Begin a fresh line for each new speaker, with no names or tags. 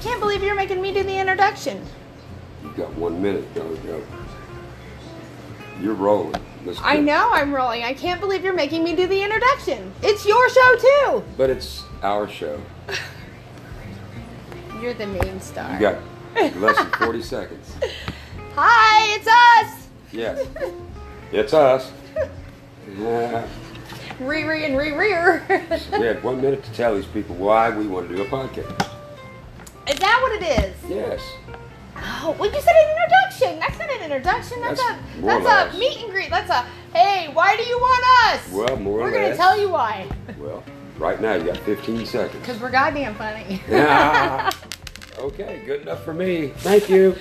can't believe you're making me do the introduction.
You got one minute, Jojo. You're rolling. Let's
I
go.
know I'm rolling. I can't believe you're making me do the introduction. It's your show
But it's our show.
too. You're the main star.
You got less than 40 seconds.
Hi, it's us.
Yes. It's us. Yeah.
Riri and Riri.
We had one minute to tell these people why we want to do a podcast.
is that what it is?
Yes.
Oh, well, you said an introduction. That's not an introduction. That's,
That's
a
more or
that's a
less.
meet and greet. That's a hey, why do you want us?
Well, more or
We're gonna
less.
tell you why.
Well, right now you got 15 seconds.
Cause we're goddamn funny.
okay, good enough for me. Thank you.